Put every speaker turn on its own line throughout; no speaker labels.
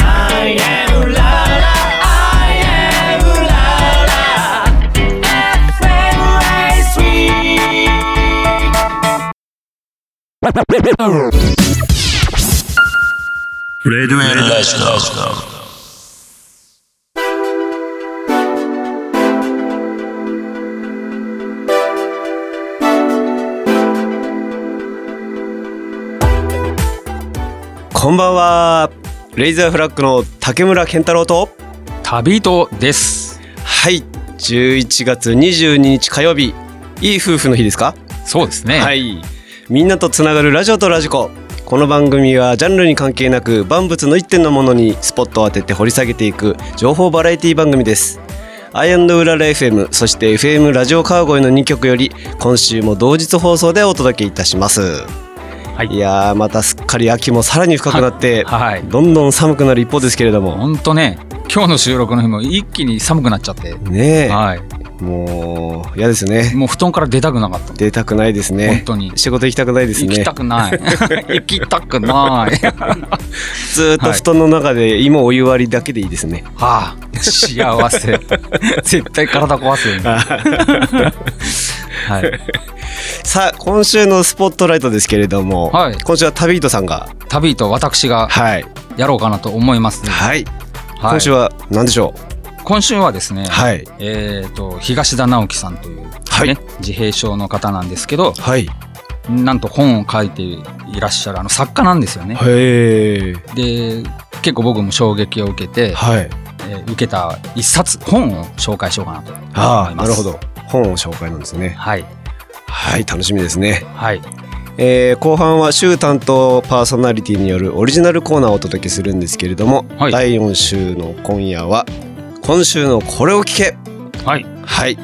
I am la la, I am la la. FM ライスウィーク
レディオエルライスの
こんばんは。レイザーフラッグの竹村健太郎と。
旅人です
はい。11月22日火曜日。いい夫婦の日ですか、
そうですね
はいい。みんなとつながるラジオとラジコ。この番組はジャンルに関係なく万物の一点のものにスポットを当てて掘り下げていく情報バラエティ番組です。アイアンドウララ FM そして FM ラジオ川越の2曲より今週も同日放送でお届けいたします。
はい
いやーまたすっかり秋もさらに深くなって
はい
どんどん寒くなる一方ですけれども
ほんとね今日の収録の日も一気に寒くなっちゃって、
ねえ、
はい
もう嫌ですね
もう布団から出たくなかった
出たくないですね
本当に
仕事行きたくないです
行き
ね
た くない行きたくない
ずーっと布団の中で、今お湯割りだけでいいですね
はあ 幸せ絶対体壊すよねはい
さあ今週のスポットライトですけれども、
はい
今週は旅人さんが
旅と私が
はい
やろうかなと思います、
はい、
はい
今週は何でしょ
今週はですね、
うはい
えー、と東田直樹さんという、ね
はい
自閉症の方なんですけど
はい
なんと本を書いていらっしゃるあの作家なんですよね。
へえ
で結構僕も衝撃を受けて、
はい
えー受けた一冊本を紹介しようかなと思い
ああな
ます。
るほ。ど本を紹介なんですね
はい、
はい楽しみですね
はい、
えー後半は週担当パーソナリティによるオリジナルコーナーをお届けするんですけれども、
はい
第4週の今夜は今週のこれを聞け
はい、
はい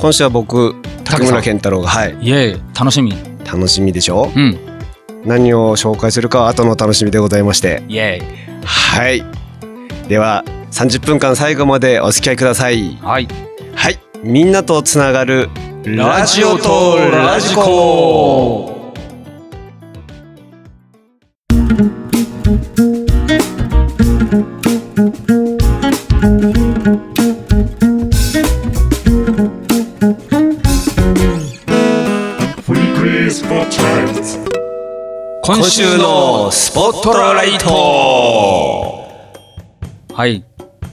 今週は僕竹村健太郎がはい
イエーイ楽しみ、
楽しみでしょ
うん、
何を紹介するかは後のお楽しみでございまして
イエー
はいでは30分間最後までお付き合いください
イ、はい、
はいみんなとつながるラジオとラジコ
今
今週のスポットライト
はい、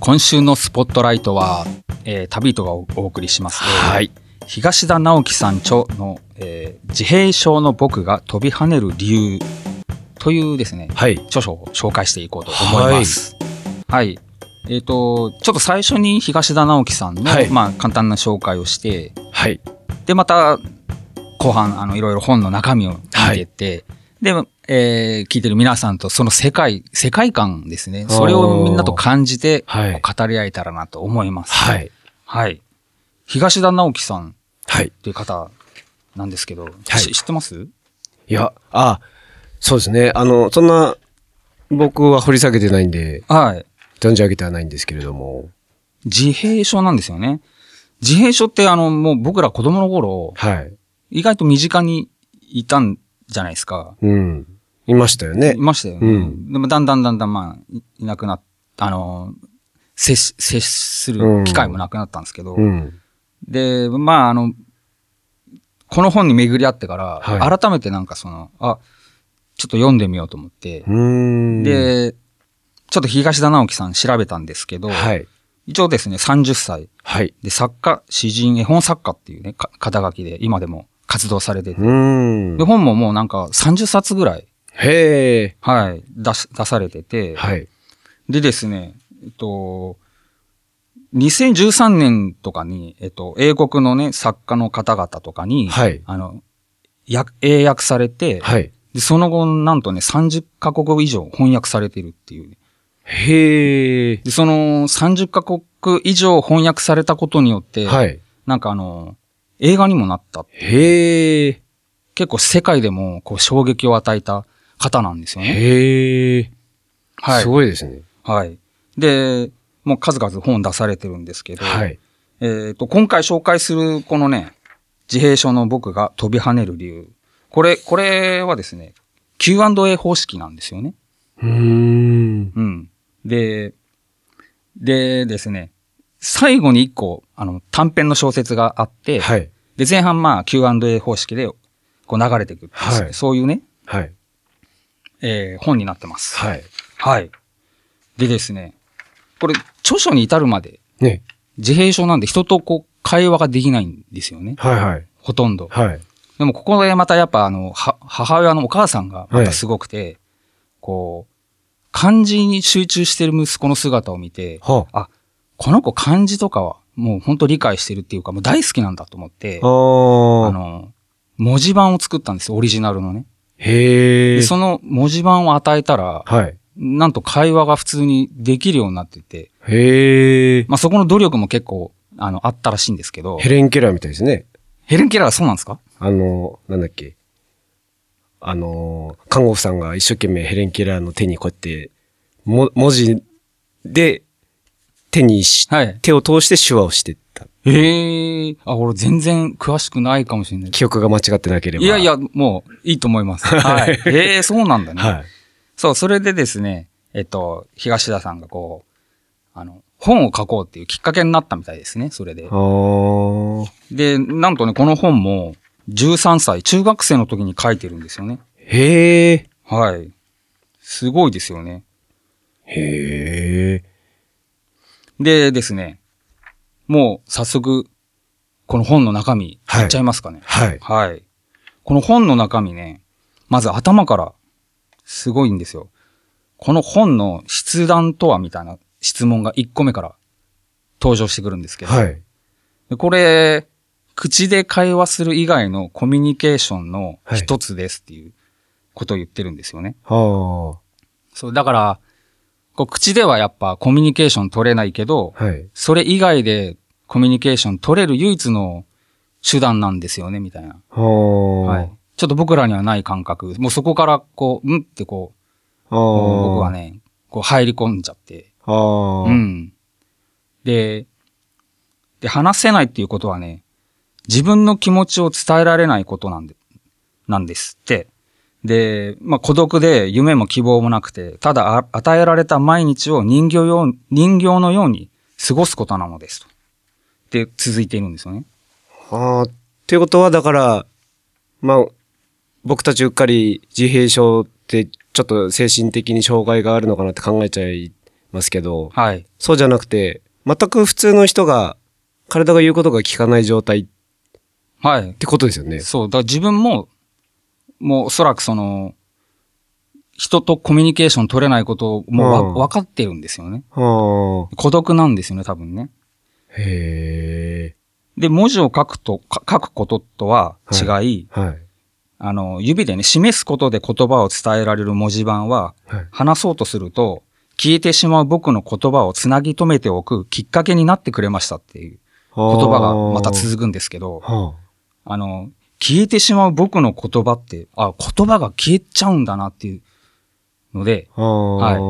今週のスポットライトは、えー、旅人がおお送りします。
はい
東田直樹さん著の、えー自閉症の僕が飛び跳ねる理由というですね、
はい
著書を紹介していこうと思います。はい。えっ、と、ちょっと最初に東田直樹さんの、
はい
まあ、簡単な紹介をして、
はい
で、また、後半、あの、いろいろ本の中身を見てって、で、えー聞いてる皆さんとその世界、世界観ですね。それをみんなと感じて、
はい
語り合えたらなと思います。
はい。
はい。東田直樹さん
はい。
という方なんですけど、
い
し知ってます
いや、あ、そうですね。あの、そんな、僕は掘り下げてないんで、
はい。
存じ上げてはないんですけれども。
自閉症なんですよね。自閉症ってあの、もう僕ら子供の頃、
はい。
意外と身近にいたんじゃないですか。
うん。いましたよね
い。ましたよね。
うん
でもだんだんだんだんまあ、いいなくなっあの、接し、接する機会もなくなったんですけど、
うん。
で、まああの、この本に巡り合ってから、
は
改めてなんかその、あ、ちょっと読んでみようと思って
う、ーん。、
で、ちょっと東田直樹さん調べたんですけど、
はい。
一応ですね、30歳。
はい。
で、作家、詩人、絵本作家っていうね、か肩書きで今でも活動されてて
う、ーん
で、。本ももうなんか30冊ぐらい、
へえ。
はい、出し、出されてて、
はい。
でですね、えっと、2013年とかに、えっと、英国のね、作家の方々とかに、
はい
あの、や英訳されて、
はい。
で、その後、なんとね、30カ国以上翻訳されてるっていうね、
へえ。
で、その30カ国以上翻訳されたことによって、
はい。
なんかあの、映画にもなった。
へえ。
結構世界でもこう衝撃を与えた方なんですよね。
へえ。
はい
す。ごいですね。
はい。で、もう数々本出されてるんですけど、
はい。
えっ、と、今回紹介するこのね、自閉症の僕が飛び跳ねる理由。これ、これはですね、Q&A 方式なんですよね。
うーん。
うん。で、でですね、最後に一個、あの、短編の小説があって、
はい。
で、前半まあ Q&A 方式で、こう流れていくっていうですね、
はい
そういうね、
はい。
えー本になってます。
はい。
はい。でですね、これ、著書に至るまで、
ね。
自閉症なんで人とこう、会話ができないんですよね。
はいはい。
ほとんど。
はい。
でも、ここでまたやっぱ、あの、は母親のお母さんが、またすごくて、こう、漢字に集中してる息子の姿を見て、
は
あ、この子漢字とかは、もう本当理解してるっていうか、もう大好きなんだと思って
あ。、
あ
ああ。
の、文字盤を作ったんですよ、オリジナルのね。
へ
で
え。
その文字盤を与えたら、
はい。
なんと会話が普通にできるようになってて、
へえ。
まあそこの努力も結構、あの、あったらしいんですけど、
ヘレン・ケラーみたいですね。
ヘレン・ケラーはそうなんですか
あの、なんだっけ。あの、看護婦さんが一生懸命ヘレン・ケラーの手にこうやって、も、文字で手にし、
はい。
手を通して手話をしてった。
ええあ、俺全然詳しくないかもしれない。
記憶が間違ってなければ。
いやい。や、もういいと思い ます。はい。ええそうなんだね。
はい。
そう、それでですね、えっと、東田さんがこう、あの、本を書こうっていうきっかけになったみたいですね、それで
あ。ー。
で、なんとね、この本も13歳、中学生の時に書いてるんですよね。
へえ。
はい。すごいですよね。
へえ。
でですね、もう早速、この本の中身、
はい
いっちゃいますかね。
はい。
はい。この本の中身ね、まず頭から、すごいんですよ。この本の筆談とはみたいな質問が1個目から登場してくるんですけど、
はい。
でこれ、口で会話する以外のコミュニケーションの一つですっていうことを言ってるんですよね。
あー。
そう、だから、こう口ではやっぱコミュニケーション取れないけど、
はい。
それ以外でコミュニケーション取れる唯一の手段なんですよね、みたいな。
あー。
はい。ちょっと僕らにはない感覚。もうそこからこう、うんってこ
あ
う、
ー。
僕は。ね、こう入り込んじゃって。
あー。
うん。で、で、話せないっていうことはね、自分の気持ちを伝えられないことなんで、なんですって。で、まあ、孤独で夢も希望もなくて、ただあ与えられた毎日を人形よう、人形のように過ごすことなのですと。で、続いているんですよね。
ああ、っていうことは、だから、まあ、僕たちうっかり自閉症って、ちょっと精神的に障害があるのかなって考えちゃいますけど、
はい。
そうじゃなくて、全く普通の人が、体が言うことが聞かない状態っ
はい。
てことですよね。
そう、だから自分も、もうおそらくその、人とコミュニケーション取れないことをもうわ、
うん
分かってるんですよね。
あー。
孤独なんですよね、多分ね。
へえ。
で、文字を書くと、か書くこととは違い、
はい。
あの、指でね、示すことで言葉を伝えられる文字盤は、
はい。
話そうとすると、消えてしまう僕の言葉をつなぎ止めておくきっかけになってくれましたっていう
言
言葉がまた続くんですけど、
は
あの、消えてしまう僕の言葉って、あ、言葉が消えちゃうんだなっていうので、
あ。は。
はいい
は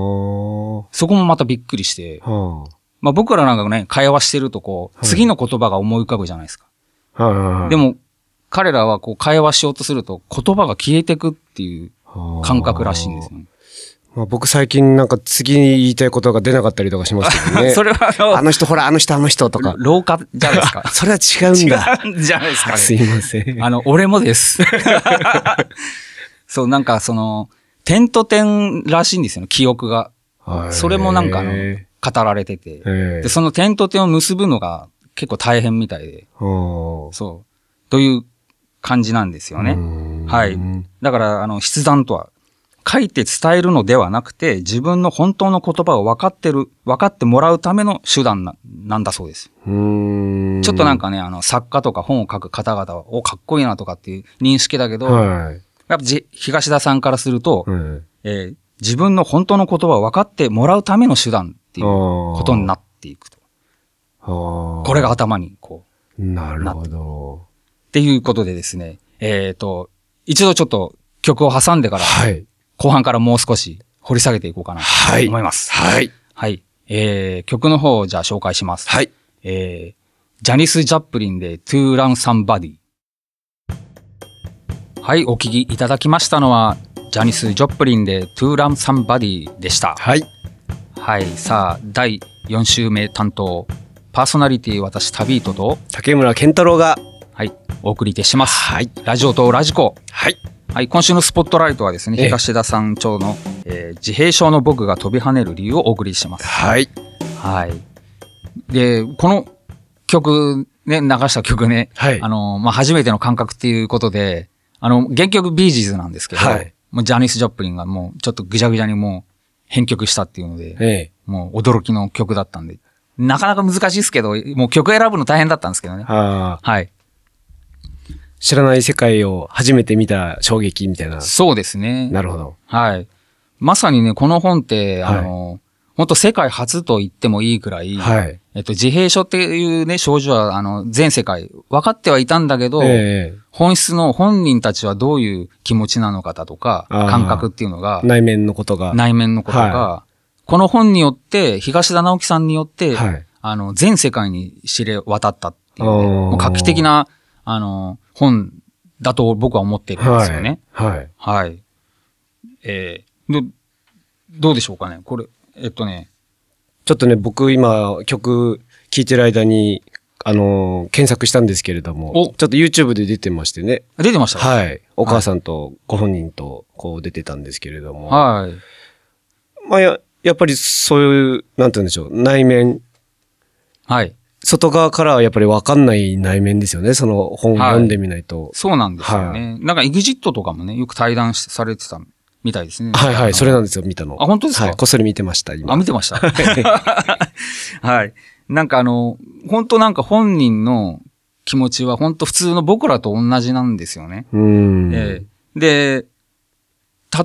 そこもまたびっくりして、
あ。
まあ僕らなんかね、会話してるとこ
は
う、
い
次の言葉が思い浮かぶじゃないですか。
はいはいはい。
でも、彼らはこう会話しようとすると、言葉が消えてくっていう
も
感覚らしいんですよね。
まあ、僕最近なんか次に言いたいことが出なかったりとかしますけど ね。
それは
あ
あ
の人ほら、あの人あの人と
の
か、。。
老化じゃないですか
それは違うん だ。
違うんじゃないですか、ね。
すいません。
あの、俺も です。そう、なんかその、点と点らしいんですよね、記憶が。それもなんかあの
へ
語られてて。
え
で、その点と点を結ぶのが結構大変みたいで。
は
そう。という感じなんですよ
あ
ね。
うん
はい。だから、あの、筆談とは、書いて伝えるのではなくて、自分の本当の言葉を分かってる、分かってもらうための手段な、なんだそうです。
うん。
ちょっとなんかね、あの、作家とか本を書く方々は、お、かっこいいなとかっていう認識だけど、
はい。
やっぱじ、東田さんからすると、
うん。
えー自分の本当の言葉を分かってもらうための手段っていうことになっていくと。
こ
これが。頭に、こう。
なるほど。
っていうことでですね、えっ、と、一度ちょっと曲を挟んでから、
はい。
後半からもう少し掘り下げていこうかなと
はい
思います。
はい。
はい。えー、曲の方をじゃあ紹介します。
はい。
えー、ジャニス・ジャプリンで To Run Somebody。はい、お聴きいただきましたのは、ジャニス・ジョプリンで To Run Somebody でした。
はい。
はい、さあ、第4週目担当、パーソナリティ私、タビートと、
竹村健太郎が、
はい、お送りいたします。
はい。
ラジオとラジコ。
はい。
はい、今週のスポットライトはですね、
ええ
東田山町の、えー自閉症の僕が飛び跳ねる理由をお送りします。
はい。
はい。で、この曲、ね、流した曲ね、
はい
あの、まあ、初めての感覚っていうことで、あの、原曲ビージーズなんですけど、
はい
もうジャニス・ジョプリンがもうちょっとぐじゃぐじゃにもう編曲したっていうので、
ええ。
もう驚きの曲だったんで、なかなか難しいですけど、もう曲選ぶの大変だったんですけどね。
ああ、
はい。
知らない世界を初めて見た衝撃みたいな。
そうですね。
なるほど。
はい。まさにね、この本って、
はい
あの、本当世界初と言ってもいいくらい、
はい。
えっと、自閉症っていうね、症状は、あの、全世界、分かってはいたんだけど、
ええ
本質の本人たちはどういう気持ちなのかだとか、
あー
感覚っていうのが、
内面のことが。
内面のことが、
は
この本によって、東田直樹さんによって、
はい
あの、全世界に知れ渡ったっていうね、
おー
もう画期的な、あの、本だと僕は思ってるんですよね。
はい。はい。
はい。えー、ど、どうでしょうかねこれ、えっとね、
ちょっとね、僕今曲聴いてる間に、あのー検索したんですけれども、ち
お
ょっと YouTube で出てましてね。
出てましたい。
はい。お母さんとご本人とこう出てたんですけれども。
はい。
まあや、やっぱりそういう、なんて言うんでしょう、内面、
はい。
外側からはやっぱりわかんない内面ですよね。その本を
はい
読んでみないと。
そうなんですよね。なんか、EXIT とかもね、よく対談しされてたみたいですね。
はい、はい、そ
れ。
れなんですよ、見たの。
あ本当ですか
はい、こっそり見てました、
あ、
今。
見てました。 はい。なんかあの、本当なんか本人の気持ちは本当普通の僕らと同じなんですよね。
うーん。
ええで、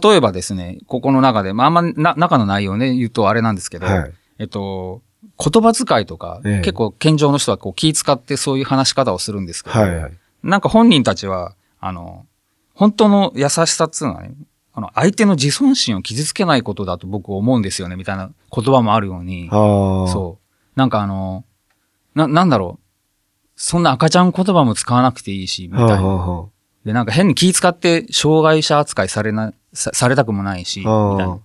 例えばですね、ここの中で、まあ、あんまな中の内容ね、言うとあれなんですけど、
はい
えっと、言葉遣いとか、
ええ
結構健常の人はこう気使ってそういう話し方をするんですけど、
はい、はい。
なんか本人たちは、あの、本当の優しさっていうのはね、あの、相手の自尊心を傷つけないことだと僕思うんですよね、みたいな言葉もあるように、
ああ。
そう。なんかあの、な、なんだろう。そんな赤ちゃん言葉も使わなくていいし、み
はあ
たい
は
な。
あは
で、なんか変に気使って、障害者扱いされな、さされたくもないし、みたい
ああ
な。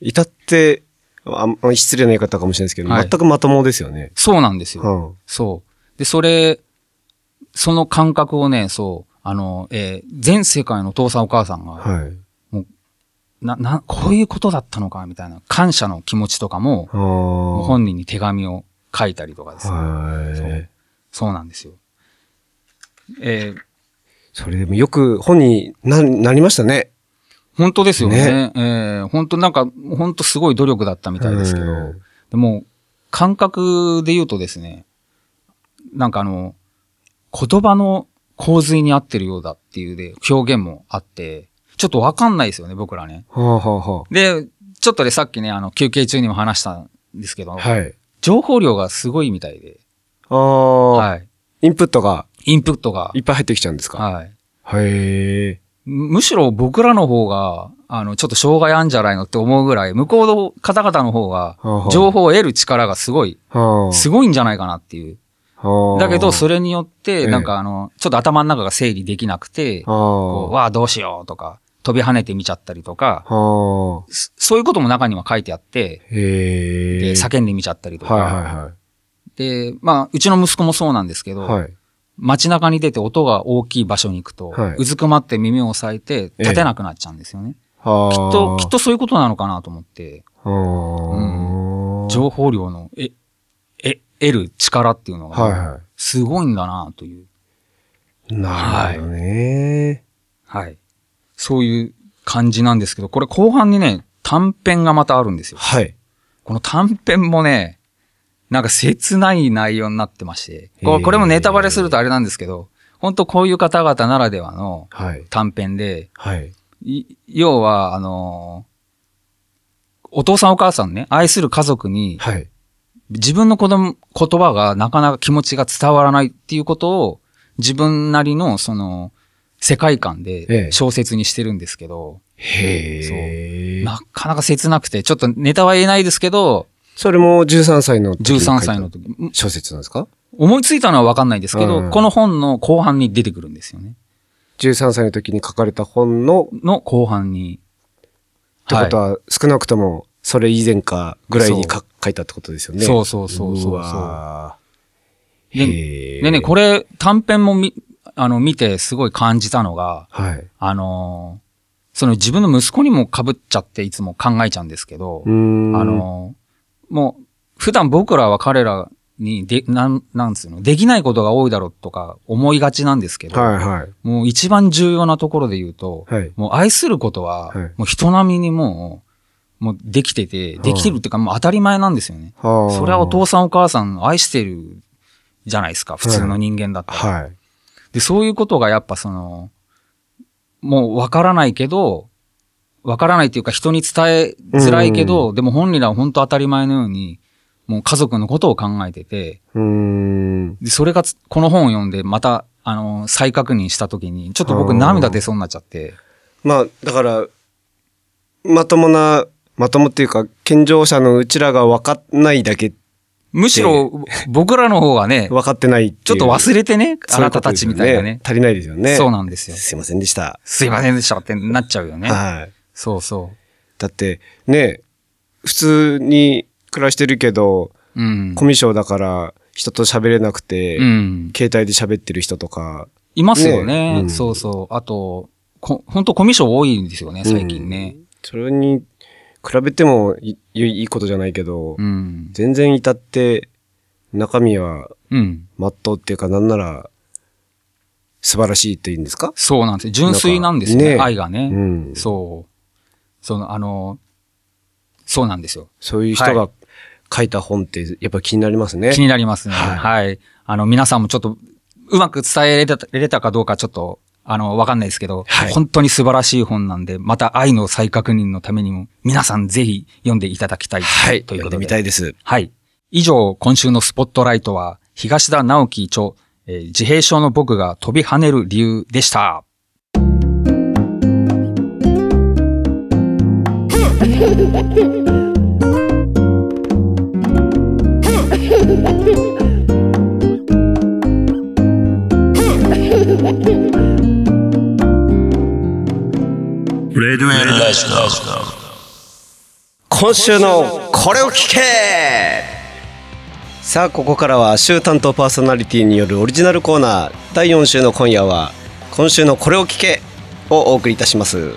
至って、ああ失礼な言い方かもしれないですけど、
はい
全くまともですよね。
そうなんですよ。
うん。
そう。で、それ、その感覚をね、そう、あの、えー全世界のお父さんお母さんが、
はい。
な、な、こういうことだったのか、みたいな、感謝の気持ちとかも、
ああ。
本人に手紙を書いたりとかですね。
はい。
そうなんですよ。えー
それでもよく本にななりましたね。
本当ですよ
ね。
ねえー本当なんか、本当すごい努力だったみたいですけど、
うん
でも、感覚で言うとですね、なんかあの、言葉の洪水に合ってるようだっていうで、表現もあって、ちょっとわかんないですよね、僕らね。
はあ、はあは
で、ちょっとね、さっきね、あの、休憩中にも話したんですけ
あ、
ど、
はい。
情報量がすごいみたいで、
ああ、
はい。
インプットが
インプットが
い、っぱい入ってきちゃうんですか。
はい。
へえ。
むしろ僕らの方が、あの、ちょっと障害あんじゃないのって思うぐらい、向こうの方々の方が
あは、あ
情報を得る力がすごい、
はあ
すごいんじゃないかなっていう。
はあ
だけど、そ
れ、
れによっ
え
て、
え
なんかあの、ちょっと頭の中が整理できなくて、
あ
こ
あ
う、わあ、どうしようとか、飛び跳ねてみちゃったりと
は
か、
あ。
そそういうことも中には書いてあって、
へえ。
で叫んでみちゃったりと
はいはい
か。で、まあ、うちの息子もそうなんですけど、
はい。はい。
街中に出て音が大きい場所に行くと、
はいう
ずくまって耳を押さえて、立てなくなっちゃうんですよね。
はあ。
きっと、きっとそういうことなのかなと思って、
と。はあ。
情報量の、え、え、得る力っていうの
はい
が、
は
すごいんだなという、
い。なるほどね。
はい。そういう感じなんですけど、これ後半にね、短編がまたあるんですよ。
はい。
この短編もね、なんか切ない内容になってまして、こ
へ
れ
ー
これもネタバレするとあれなんですけど、本当こういう方々ならではの
はい。
短編で、
はい。
い要は、あのーお父さんお母さんね、愛する家族に、
はい。
自分の子供、言葉がなかなか気持ちが伝わらないっていうことを、自分なりの、その、世界観
え
で
え
小説にしてるんですけど、
へえ。
なかなか切なくて、ちょっとネタは言えないですけど、
それも13歳の時に書い
13
た
歳の時、ん
小説なんですか
思いついたのはわかんないですけど、
うん
この本の後半に出てくるんですよね。
13歳の時に書かれた本の、
の後半に。
ってことは、少なくとも
それ以前かぐらいにか書いたってことですよね。
そうそうそうそうそう
わーへ
で
ー
でね、これ短編もみ、あの、見てすごい感じたのが、
はい。
あのーその自分の息子にも被っちゃっていつも考えちゃうんですけど、
うーん
あ、のーもう、普段僕らは彼らにで、なん、なんつうの、できないことが多いだろうとか思いがちなんですけど、
はいはい。
もう一番重要なところで言うと、
はい
もう愛することは、
はい
もう人並みにもう、もうできてて、できてるっていうかもう当たり前なんですよね。
はあ
それはお父さんお母さん愛してるじゃないですか、普通の人間だったら。
はい。
で、そういうことがやっぱその、もうわからないけど、わからないっていうか人に伝えづらいけど、でも本人らは本当当たり前のように、もう家族のことを考えてて、
うーん。
で、それがつこの本を読んでまた、あの、再確認したときに、ちょっと
あ
僕
ー
涙出そうになっちゃって、
まあ、だから、まともな、まともっていうか、健常者のうちらが分かんないだけ、
むしろ僕らの方がね、
分かってないっていう
ちょっと忘れてね、あ
そうい
な
うこと
たた
です
ち
よ
みたいなね。
足りないですよね。
そうなんですよ。
すいませんでした。
すいませんでしたってなっちゃうよね。
はい。
そうそ
だって、ね、普通に暮らしてるけど、
う。うん。
コミュ障だから人と喋れなくて、
うん。
携帯で喋ってる人とか、
いますよね。
ねうん
そうそう。あと、こ本当コミュ障多いんですよね、最近ね。
それに比べてもいいいいことじゃないけど、
うん。
全然至って中身は
うん。
まっとうっていうかなんなら素晴らしいっていうんですか
そうなんですよ。純粋なんですよ
なん
ね、
かね
愛がね、
うん
そう。その、あの、そうなんですよ。
そういう人が書いた本ってやっぱ気になりますね。
気になりますね。
は
はいい。あの、皆さんもちょっと、うまく伝えれたれたかどうかちょっと、あの、わかんないですけど、
はい
本当に素晴らしい本なんで、また愛の再確認のためにも、皆さんぜひ読んでいただきたい。
はい。
という
読
こ
んで
と
み
で。
たいです。
はい。以上、今週のスポットライトは、東田直樹著、えー自閉症の僕が飛び跳ねる理由でした。
Radio Lesnar.
今週のこれを聞けさあここからは週担当パーソナリティによるオリジナルコーナー第4週の今夜は今週のこれを聞けをお送りいたします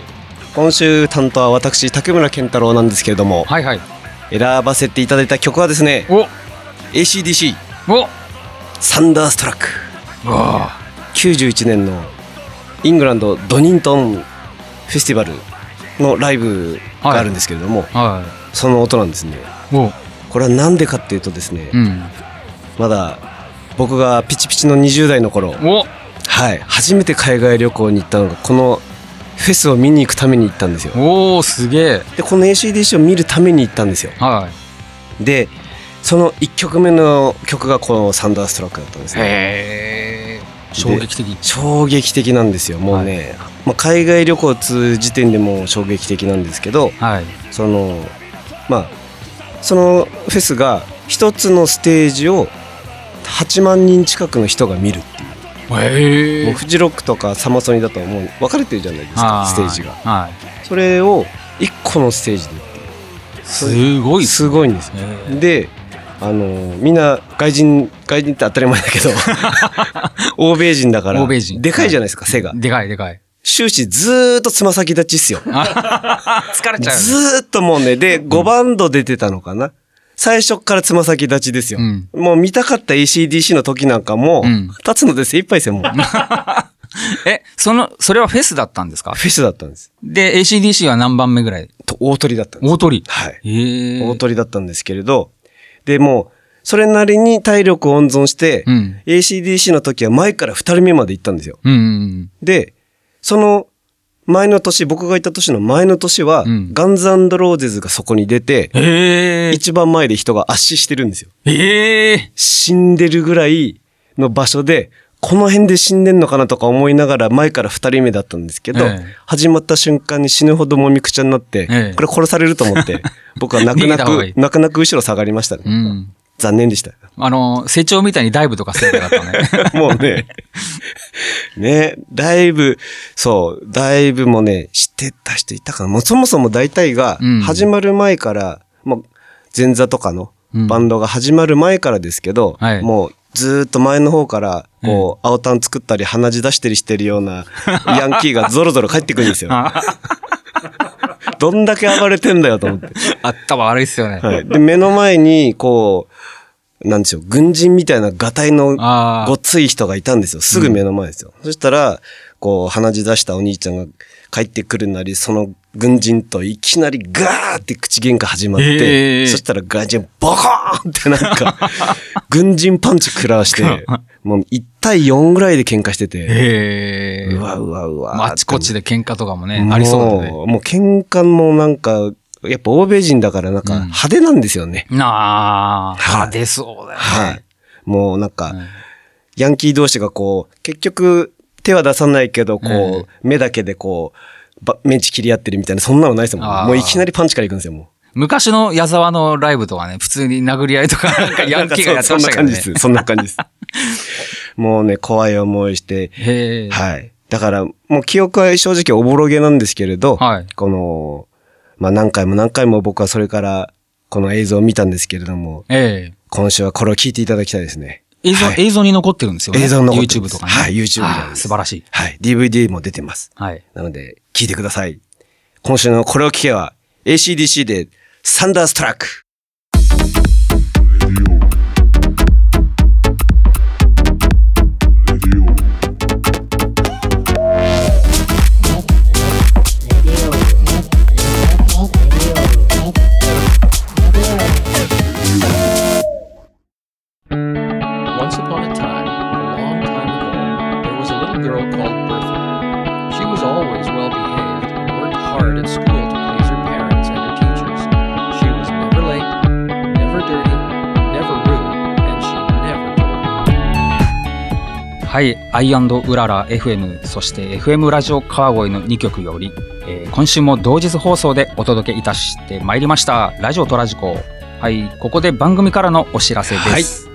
今週担当は私竹村健太郎なんですけれども
はいはい。
選ばせていただいた曲はですね
お
ACDC
お
サンダーストラック
わ
91年のイングランドドニントンフェスティバルのライブがあるんですけれども、
あは
その音なんですね
い。お
これは何でかっていうとですね、
うん。
まだ僕がピチピチの20代の頃、
お
はい、初めて海外旅行に行ったのがこのフェスを見に行くために行ったんですよ
おー、すげえ。
でこの ACDC を見るために行ったんですよ
はい。
でその1曲目の曲がこの「サンダーストラック」だったんですね
へえ。衝撃的。
衝撃的なんですよもうね、まあ、海外旅行を通じ点でもう衝撃的なんですけど
はい。
そのまあそのフェスが一つのステージを8万人近くの人が見るっていう
へ
もうフジロックとかサマソニだともう分かれてるじゃないですかステージが
はい。
それを1個のステージです
ごいっ
すごいんですよ
ね。
であのみんな外人外人って当たり前だけど 欧米人だから
欧米人
でかいじゃないですか背が
でかいでかい。
終始ずーっとつま先立ちっすよ
疲れちゃうね。
ずーっともうねで5バンド出てたのかな最初っからつま先立ちですよ、
うん
もう見たかった ACDC の時なんかも、
うん
立つので精一杯ですよもう フ
え、その、それはフェスだったんですか
ェスだったんです
で、ACDC は何番目ぐらい
と大鳥だったんです
大鳥。
はい
へえ。
大。鳥だったんですけれど、でも、それなりに体力を温存して、
うん。
ACDC の時は前から二人目まで行ったんですよ。
うんうん
で、その前の年、僕がいた年の前の年は、
うん
ガンズローゼズがそこに出て、
うん。へえ。
一番前で人が圧死してるんですよ。
ええ。
死んでるぐらいの場所で、この辺で死んでんのかなとか思いながら前から二人目だったんですけど、
ええ
始まった瞬間に死ぬほどもみくちゃになって、
ええ
これ殺されると思って、僕は泣く泣
逃げた方がい
く
い、
泣く泣く後ろ下がりましたね。
うん。
残念でした。
あの、成長みたいにダイブとかするばよかったね。
もうね。ね、だいぶ、そう、だいぶもね、知ってた人いたかな。もうそもそも大体が
うん、
始まる前から、もう、前座とかの
うん
バンドが始まる前からですけど、
はい
もう、ずーっと前の方から、こう、青タン作ったり、鼻血出したりしてるよう な、ヤンキーがゾロゾロ帰ってくるんですよ。どんだけ暴れてんだよと思って。
あったわ、悪いっすよね。
はい。で、目の前に、こう、なんでしょう、軍人みたいなガタイの
あ
ごっつい人がいたんですよ。すぐ目の前ですよ。そしたら、こう、鼻血出したお兄ちゃんが帰ってくるなり、その軍人といきなりガーって口喧嘩始まって、
えー
そしたら外人ボコーンってなん か、軍人パンチ食らわして、もう1対4ぐらいで喧嘩して
あ。
て、
へえ。
うわうわうわーって。
まああちこちで喧嘩とかもね、
も
ありそうだね。
もう喧嘩もなんか、やっぱ欧米人だからなんか
うん
派手なんですよね。
なあ、
はい
派手そうだよね。
はい。もうなんか、
はい
ヤンキー同士がこう、結局、手は出さないけど、こう、
え
目だけでこう、ばメンチ切り合ってるみたいな、そんなのないですも
あー
ん。もういきなりパンチからいくんですよ、も
昔の矢沢のライブとかね、普通に殴り合いと か、なんか
う。
ヤンキーがやって
な
ま
んかそそ
したけど
んな感
ね
じで。す。そんな感 じです。もうね、怖い思いして、
へえ。
はい。だから、もう記憶は正直おぼろげなんですけれど、
はい
この、まあ何回も何回も僕はそれから、この映像を見たんですけれども、
ええ。
今週はこれを聞いていただきたいですね。
映像、
はい
映像に残ってるんですよね。
映像の
YouTube とかね。
はい、YouTube
あ
で
あ
す
素晴らしい。
はい、DVD も出てます。
はい。
なので、聞いてください。今週のこれを聞けは、ACDC で、サンダーストラック。
Once upon a time, a long time ago, there was a little girl called Bertha. She was always well behaved and worked hard at school to please her parents and her teachers. She was never late, never dirty, never rude, and she never told.
はい、アイウララ FM そして FM ラジオ川越の2曲より、えー今週も同日放送でお届けいたしてまいりましたラジオとラジコはいここで番組からのお知らせです、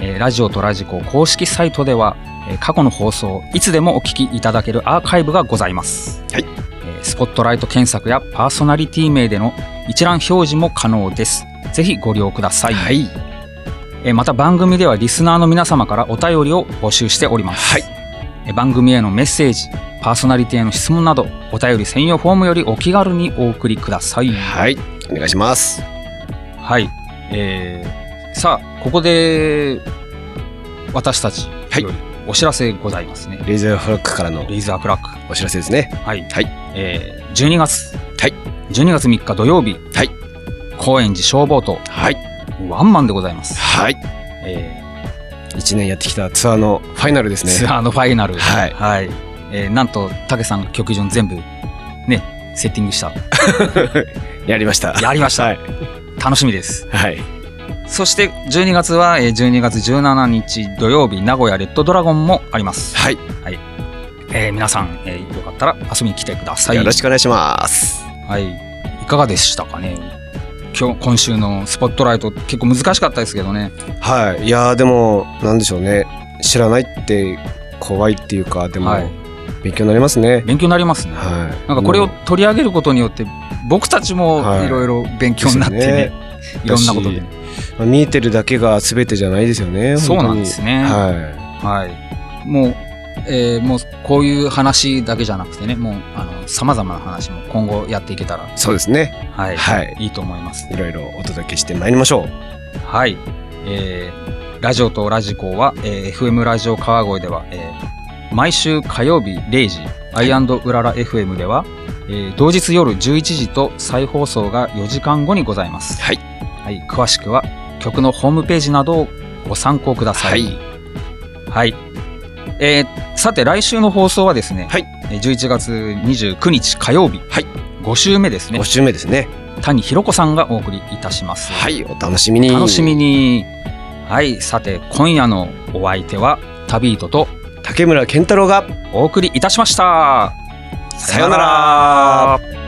えーラジオとラジコ公式サイトでは、えー過去の放送いつでもお聞きいただけるアーカイブがございます、
はい
えースポットライト検索やパーソナリティ名での一覧表示も可能ですぜひご利用ください、
い。
えーまた番組ではリスナーの皆様からお便りを募集しております、
はい
えー番組へのメッセージパーソナリティへの質問などお便り専用フォームよりお気軽にお送りくださいはい、
はい。お願いします。
えーさあここで私たちよりお知らせございますね、
レイザーフラックからの
レイザーフラッグ
お知らせですね。
はい、
はい
えー12月、
はい
12月3日土曜日、
はい
高円寺消防と
はい。
ワンマンでございます、
はい。
えー
一年やってきたツアーのファイナルですね。
ツアーのファイナル。
はい
えーなんと、たけさんが曲順全部、ね、セッティングした。
やりました。
やりました。
はい。
楽しみです。
はい。
そして、12月は、えー12月17日土曜日、名古屋レッドドラゴンもあります。
はい。
えー皆さん、えーよかったら遊びに来てください。
よろしくお願いします。
はい。いかがでしたかね今日、今週のスポットライト、結構難しかったですけどね。
はい。いやーでも、なんでしょうね。知らないって怖いっていうか、でも、
はい
勉強になりますね。
勉強になりますね。
はい。
なんかこれを取り上げることによって、僕たちも
はい
いろいろ勉強になってね、
ですよ
いろんなことで。
まあ見えてるだけが全てじゃないですよね。
そうなん
本当に
ですね
は
はい、もう、えーもうこういう話だけじゃなくてね、もうあの様々な話も今後やっていけたら、
い。そうですね。
はい、
はい
い、いと思います。
いろいろお届けしてまいりましょう。
はい、えーラジオとラジコは、えー FM ラジオ川越では、えー毎週火曜日0時、アイウララ FM では、えー同日夜11時と再放送が4時間後にございます。
はい、
はい、詳しくは曲のホームページなどをご参考ください。はい。えーさて来週の放送はですね、
はい
えー11月29日火曜日、
はい
5週目ですね
5週目ですね。
谷ひろ子さんがお送りいたします、
はい、お楽しみに。
楽しみ。にはいさて今夜のお相手はタビートと
竹村健太郎が、
お送りいたしました
さようなら。
さようなら